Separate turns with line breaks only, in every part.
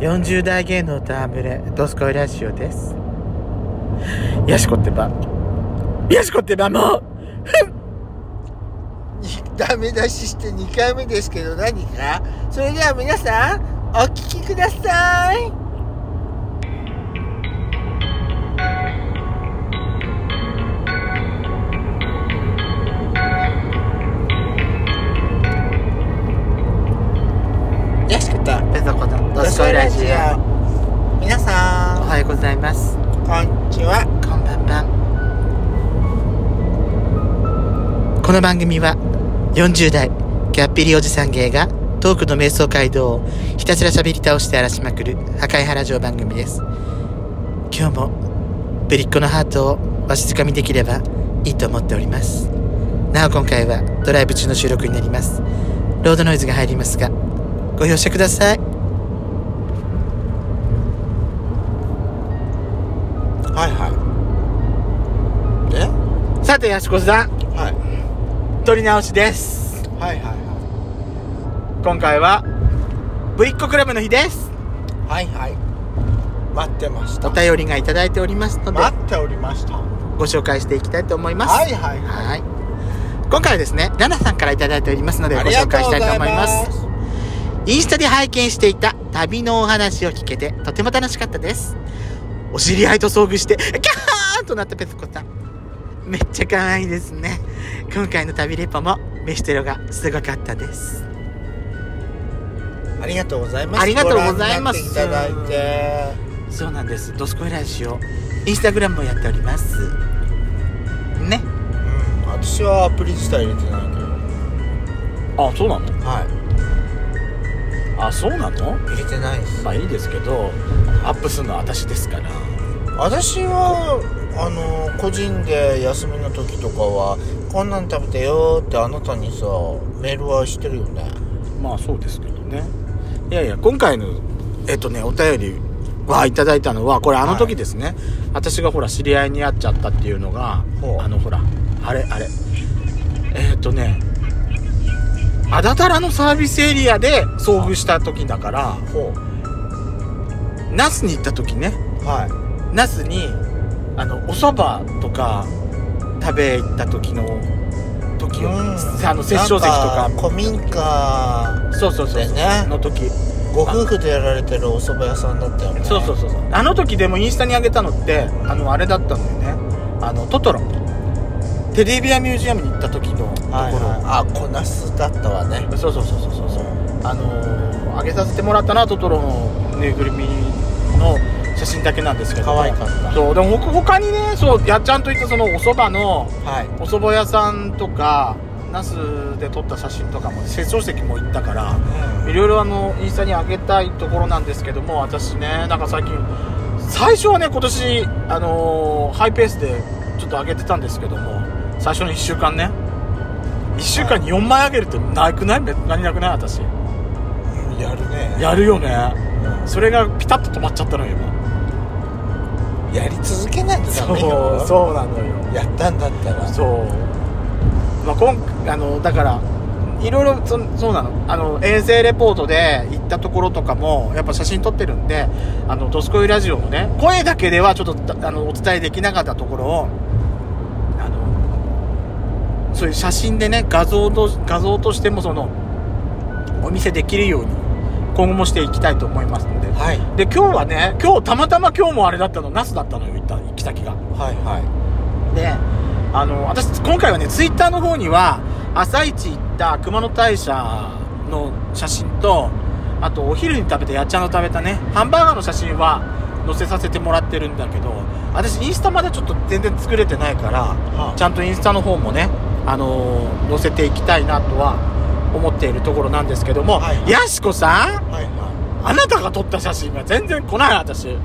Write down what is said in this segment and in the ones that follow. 40代芸能とあぶれ、ドスコイラジオです。ヤシコってば、ヤシコってばもう
ダメ出しして2回目ですけど何かそれでは皆さんお聞きください
ヤシコと、
ペソコの
ドスコイラジ
オ皆
お
さ
はようございます。
んこんにちは
こんばんは。この番組は、40代、キャッピリおじさん芸が、トークの瞑想街道をひたすら喋り倒して荒らしまくる、破壊原城番組です。今日も、ぶりっ子のハートをわしづかみできればいいと思っております。なお今回は、ドライブ中の収録になります。ロードノイズが入りますが、ご容赦ください。
はいはいで
さて、やしこさん、
はい
撮り直しです。
はいは
今回はぶりっ子クラブの日です
いはいはいはい待ってまし
お
た待
便りがいただいておりますので
っておりましたは
ご紹介していきたいと思います
いはいはい
はい今回はですねラナさんからいただいておりますのでご紹介したいと思いますインスタで拝見していた旅のお話を聞けてとても楽しかったですお知り合いと遭遇してキャーンとなったペスコさんめっちゃ可愛いですね今回の旅レポも飯テロがすごかったです
ありがとうございます
ありがとうございます
ご覧になっていただいて
そうなんです。ドスコイラジオ、インスタグラムもやっております。ね。
うん私はアプリ自体入れてないけど
あそうなの
は
あそうなの
い入れてないです
まあいいですけどアップするのは私ですから
私はあの個人で休みの時とかはこんなん食べてよってあなたにさメールはしてるよね
まあそうですけどねいやいや今回のえっとねお便りはいただいたのはこれあの時ですね、私がほら知り合いに会っちゃったっていうのが
ほう
あのほらあれあれえっとねあだたらのサービスエリアで遭遇した時だから
ほ
那須に行った時ね
うは
那須にあのお蕎麦とか食べ行った時の
い
時を、あの殺生石とか
なん古民家
そうそうそう
でね
の時
ご夫婦でやられてるお蕎麦屋さんだったよね
そうそうそうそうあの時でもインスタに上げたのってあのあれだったのよねあのトトロテレビアミュージアムに行った時のところ、
はいはい、あこなすだったわね
そうそうそうそうそうそうあのー、上げさせてもらったなトトロのぬいぐるみの写真だけなんですけど
可愛かった
そうでもほ他にねそうやっちゃんと言ったそのお蕎麦の
はい
お蕎麦屋さんとか那須で撮った写真とかも瀬戸石も行ったからいろいろあのインスタに上げたいところなんですけども私ねなんか最近最初はね今年あのーハイペースでちょっと上げてたんですけども最初の1週間ね1週間に4枚上げるってなくないめ何なくない私
うんやるね
やるよね
うん
それがピタッと止まっちゃったのよ今
やり続けないとダメよ
そうなのよ
やったんだったら
そう、まあ、今あのだからいろいろそそうなのあの衛星レポートで行ったところとかもやっぱ写真撮ってるんで「あのドスコイラジオ」のね声だけではちょっとたあのお伝えできなかったところをあのそういう写真でね画像と画像としてもそのお見せできるように今後もしていきたいと思いますので。
はい
で今日はね今日たまたま今日もあれだったの那須だったのよ行った行き先が
はいは
であの私今回はねツイッターの方には朝一行った熊野大社の写真とあとお昼に食べたやっちゃんの食べたねハンバーガーの写真は載せさせてもらってるんだけど私インスタまだちょっと全然作れてないから、
はあ
ちゃんとインスタの方もね、あのー載せていきたいなとは思っているところなんですけども、
はい
やしこさん
いはいはい
あなたが撮った写真が全然来ない私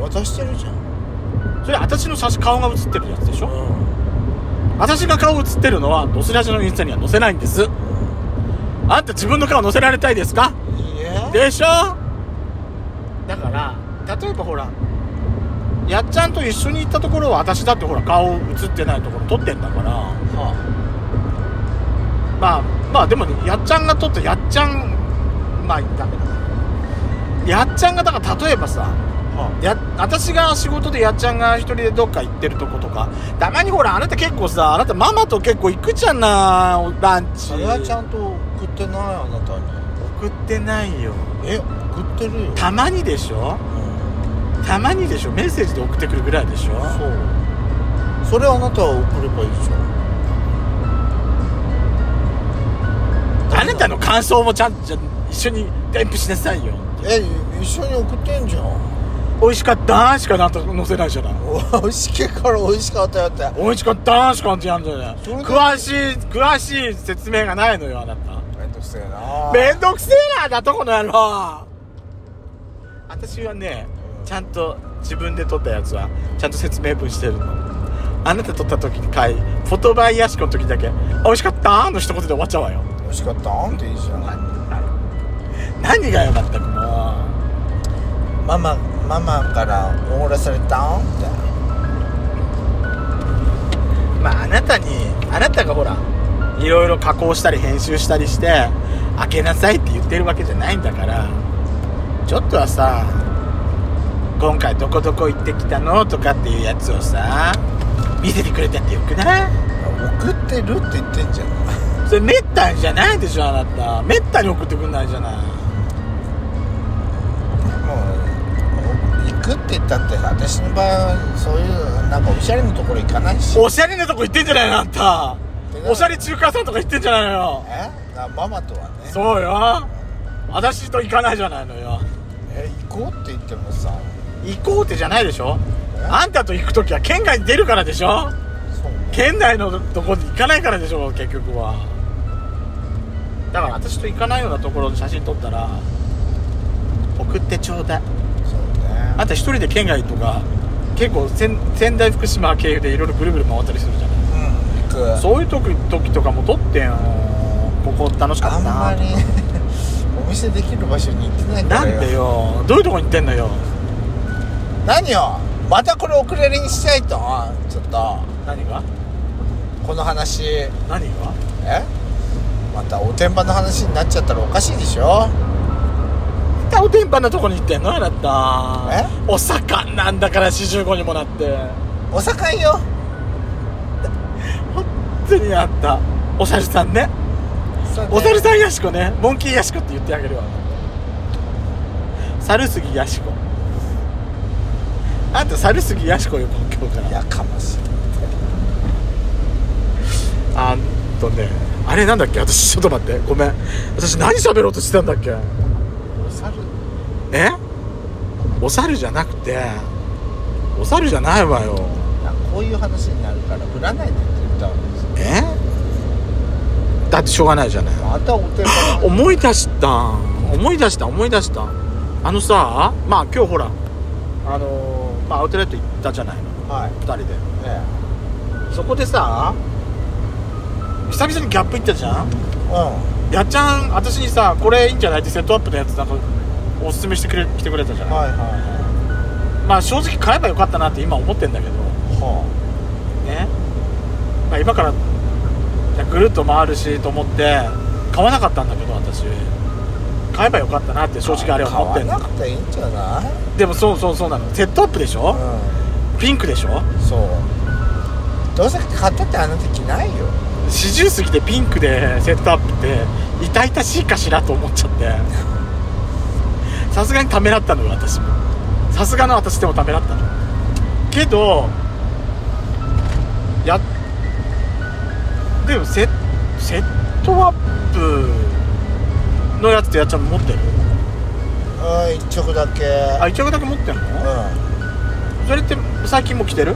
渡してるじゃん、
それ私の写真顔が写ってるやつでしょ
ん、
私が顔写ってるのはドスラジのインスタには載せないんですあんた自分の顔載せられたいですか
いいえ
でしょだから例えばほらやっちゃんと一緒に行ったところは私だってほら顔写ってないところ撮ってんだから
は
まあまあでもねやっちゃんが撮ったやっちゃんまあ行ったけどやっちゃんがだから例えばさ
は
や私が仕事でやっちゃんが一人でどっか行ってるとことかたまにほらあなた結構さあなたママと結構行くじゃないランチ
それはちゃんと送ってないあなたに
送ってないよ
え送ってるよ、
たまにでしょ
うん、
たまにでしょメッセージで送ってくるぐらいでしょ
そうそれあなたは送ればいいじゃん
あなたの感想もちゃんとじゃ一緒に添付しなさいよ
え一緒に送ってんじゃん
美味しかったしかなんと載せないじゃない
美味しけから美味しかったよって
美味しかったしかなんてやんじゃない
それで
詳しい詳しい説明がないのよあなた
めんどくせえな
めんどくせえなだとこの野郎私はねちゃんと自分で撮ったやつはちゃんと説明文してるのあなた撮った時にかいフォトバイヤシコの時だけ「美味しかった」の一言で終わっちゃうわよ
美味しかったんっていいじゃん
何がよかったかな
ママママからおごらされたんって
まああなたにあなたがほらいろいろ加工したり編集したりして開けなさいって言ってるわけじゃないんだからちょっとはさ今回どこどこ行ってきたのとかっていうやつをさ見せてくれたってよくない
送ってるって言ってんじゃん
それめったにじゃないでしょあなためったに送ってくんないじゃない
もう行くって言ったって私の場合そういうなんかおしゃれなところ行かないし
おしゃれなとこ行ってんじゃないのあんたおしゃれ中華屋さんとか行ってんじゃないのよ
えなママとはね
そうよ私と行かないじゃないのよ
え行こうって言ってもさ
行こうってじゃないでしょ
え
あんたと行く時は県外に出るからでしょ
そう
県内のとこに行かないからでしょ結局はだから私と行かないようなところで写真撮ったら送ってちょうだい
そうね
あんた一人で県外とか結構仙仙台福島経由でいろいろぐるぐる回ったりするじゃない
うん行く
そういう時時とかも撮ってよここ楽しか
あ
った
ん
な
まり お見せできる場所に行ってないんだ
な
よ
んでよどういうとこに行ってんのよ
何よまたこれ遅れにしちゃいとちょっと
何が
この話え
何が
またおてんばの話になっちゃったらおかしいでしょ
ったおてんばのとこに行ってんのあなた
え
お盛んなんだから四十五にもなって
お盛んよ
本当にあったお猿さんねお猿さんやしこねモンキーやしこって言ってあげるわ猿杉やしこあんた猿杉やしこよ今日か
んやかましい
らあんとねあれなんだっけ私ちょっと待ってごめん私何喋ろうとしてたんだっけ
お猿
えお猿じゃなくてお猿じゃないわよ
あこういう話になるから振らないでって言ったわけですよ
えだってしょうがないじゃない
またお手本
思い出した思い出した思い出したあのさまあ今日ほらあのーまあアウトレット行ったじゃないの
はい
2人で
え
そこでさ久々にギャップ行ったじゃん
えう
やっちゃん私にさこれいいんじゃないってセットアップのやつなんかおすすめしてくれ来てくれたじゃ
ん
ない、
はいは
まあ正直買えばよかったなって今思ってんだけど
いは
ね、まあ、今からじゃあぐるっと回るしと思って買わなかったんだけど私買えばよかったなって
あ
正直あれは思ってん
買わ
だ
なくていいんじゃない
でもそうそうそうなのセットアップでしょ
う
ピンクでしょ
んそうどうせ買ったってあの時ないよ
四十過ぎてピンクでセットアップって痛々しいかしらと思っちゃってさすがにためらったのよ私もさすがの私でもためらったのけどやでもセセットアップのやつってやっちゃん持ってる
うん一着だけ
あ一着だけ持ってん
う
の
ん
それって最近も着てる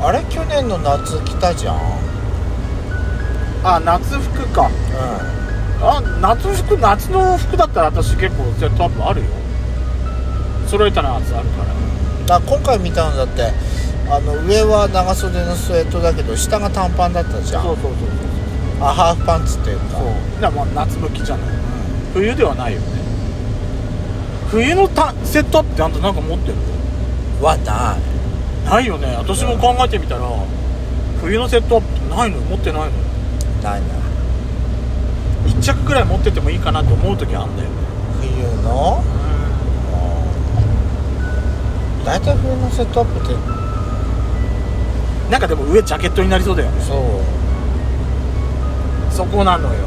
あれ去年の夏来たじゃん
あ夏服か
う
あ夏服夏の服だったら私結構セットアップあるよ揃えたら夏あるから
んだから今回見たのだってあの上は長袖のスウェットだけど下が短パンだったじゃ
そうんそうそう
あハーフパンツっていう
そ
か
うそうだからまあ夏向きじゃない冬ではないよね冬のたセットアップってあんたなんか持ってる
はない
ないよね私も考えてみたら冬のセットアップってないのよ持ってないのよ
ないな
1着くらい持っててもいいかなって思う時あんだよね
冬の
うん
大体冬のセットアップって
なんかでも上ジャケットになりそうだよね
そう
そこなのよ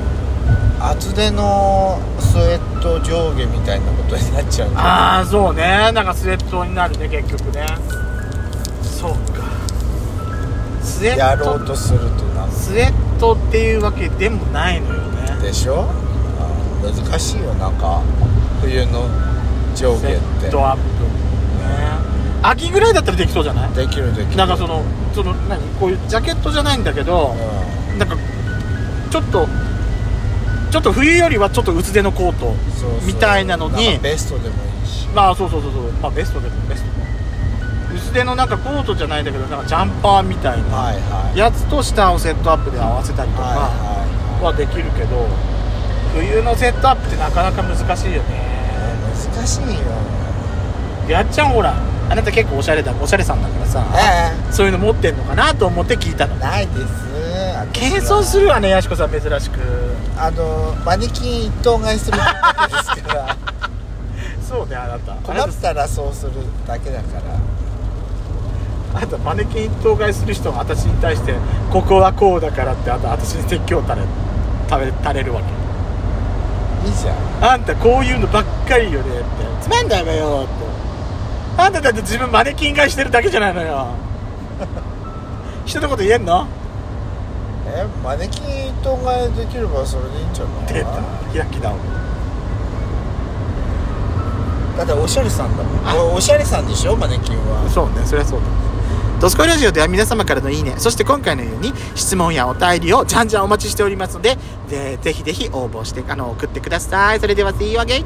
厚手のスウェット上下みたいなことになっちゃうんだ
ああそうねなんかスウェットになるね結局ねそうかスウェ
や
ッ
ろう
ト
とするとなん
スウェットっていうわけでもないのよね
でしょあー難しいよなんか冬の上
スウ
下
ェ
って
ットアップね秋ぐらいだったらできそうじゃない
できるできる
なんかそのその何こういうジャケットじゃないんだけど
う
なんかちょっとちょっと冬よりはちょっと薄手のコート
んそうそう
みたいなのに
んかベストでもいいし
まあそうそうそうそうまあベストでもベスト薄手のなんかコートじゃないんだけどなんかジャンパーみたいな
はいはい
やつと下をセットアップで合わせたりとか
はいは
はできるけど冬のセットアップってなかなか難しいよね
い難しいよ
やっちゃんほらあなた結構おしゃれだおしゃれさんだからさ
え
そういうの持ってんのかなと思って聞いたの
えないです
謙遜するわねやしこさん珍しく
あのマネキン一頭買いするだけですから
そうねあなたあ
困
な
ったたらそうするだけだから
あなたマネキン一頭買いする人が私に対してここはこうだからってあと私に説教垂れ垂れ垂れるわけ
いいじゃん
あんたこういうのばっかりよねってつまんないわよってあんただって自分マネキン買いしてるだけじゃないのよ人のこと言えんの
えマネキン一頭買いできればそれでいいんじゃない
出た開き直る
だっておしゃれさんだもんおおしゃれさんでしょマネキンは
そうねそりゃそうだドスコイラジオでは皆様からのいいねそして今回のように質問やお便りをじゃんじゃんお待ちしておりますのででぜひぜひ応募してあの送ってくださいそれでは See you again!